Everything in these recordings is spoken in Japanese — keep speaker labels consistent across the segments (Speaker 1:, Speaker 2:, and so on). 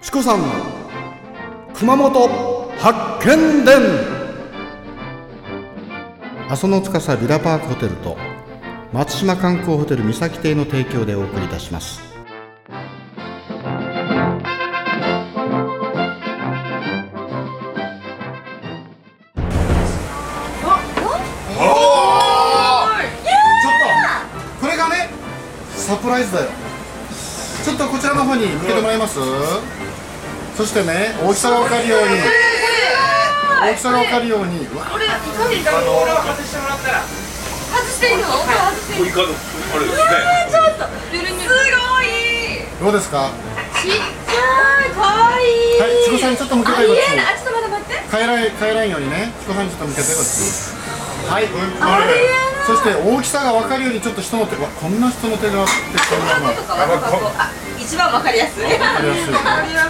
Speaker 1: チコさん熊本発見伝阿蘇の司ビラパークホテルと松島観光ホテル三崎邸の提供でお送りいたしますちょっとこれがねサプライズだよちょっとこちらの方に向けてもらえます、そしてね大きさが分かるように大きさが分かるようにうわ
Speaker 2: これいかにいかに
Speaker 3: 俺は外してもらったら
Speaker 2: 外していいの？これ外していいの？
Speaker 3: イカのあれですね
Speaker 2: ちょっとルルニュル。すごい。
Speaker 1: どうですか
Speaker 2: ちっちゃい可愛い。
Speaker 1: はいチコさんちょっと向けて
Speaker 2: あ、
Speaker 1: こっち
Speaker 2: 言えない。あ、ちょっとまだ待って。
Speaker 1: 帰らん帰らんようにねチコさんちょっと向けてこっちは
Speaker 2: あ
Speaker 1: い
Speaker 2: り
Speaker 1: そして大きさが分かるようにちょっと人の手うわこんな人の手があってこんなの
Speaker 2: えない。とかわかこう。あ、一番わかりやすい。わ
Speaker 1: かりやすい
Speaker 2: かりや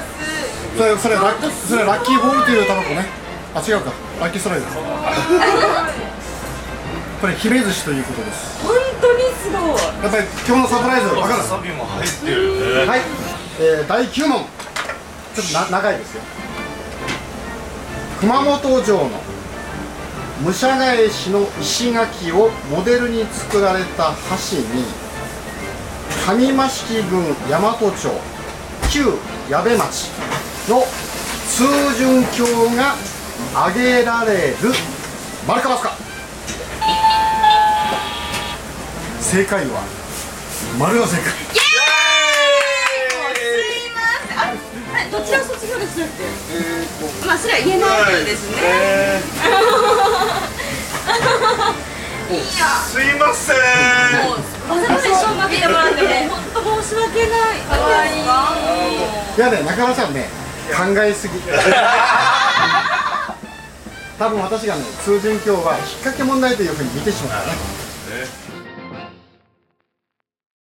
Speaker 1: それそれラッキーそれラッキーボーイというタバコねあ違うかラッキーストラ イだこれヒレ寿司ということです
Speaker 2: すい。本当にすごい。
Speaker 1: やっぱり今日のサプライズ分かる
Speaker 3: サビも入ってるね
Speaker 1: はい、えー、第9問ちょっとな長いですよ熊本城の武者返しの石垣をモデルに作られた橋に上益城郡大和町旧矢部町の通順橋が挙げられる丸か×か正解は丸が正解
Speaker 2: すいません。あれ、えどちらを卒業ですって。まあそれは言えないですね。
Speaker 3: え
Speaker 2: いや、
Speaker 3: ーすいません
Speaker 2: もうわざわざ一生負けてもらってね。本当申し訳ない。可愛い。
Speaker 1: いやね、中村さんね、考えすぎ。多分私がね、通順教は引っ掛け問題というふうに見てしまったね。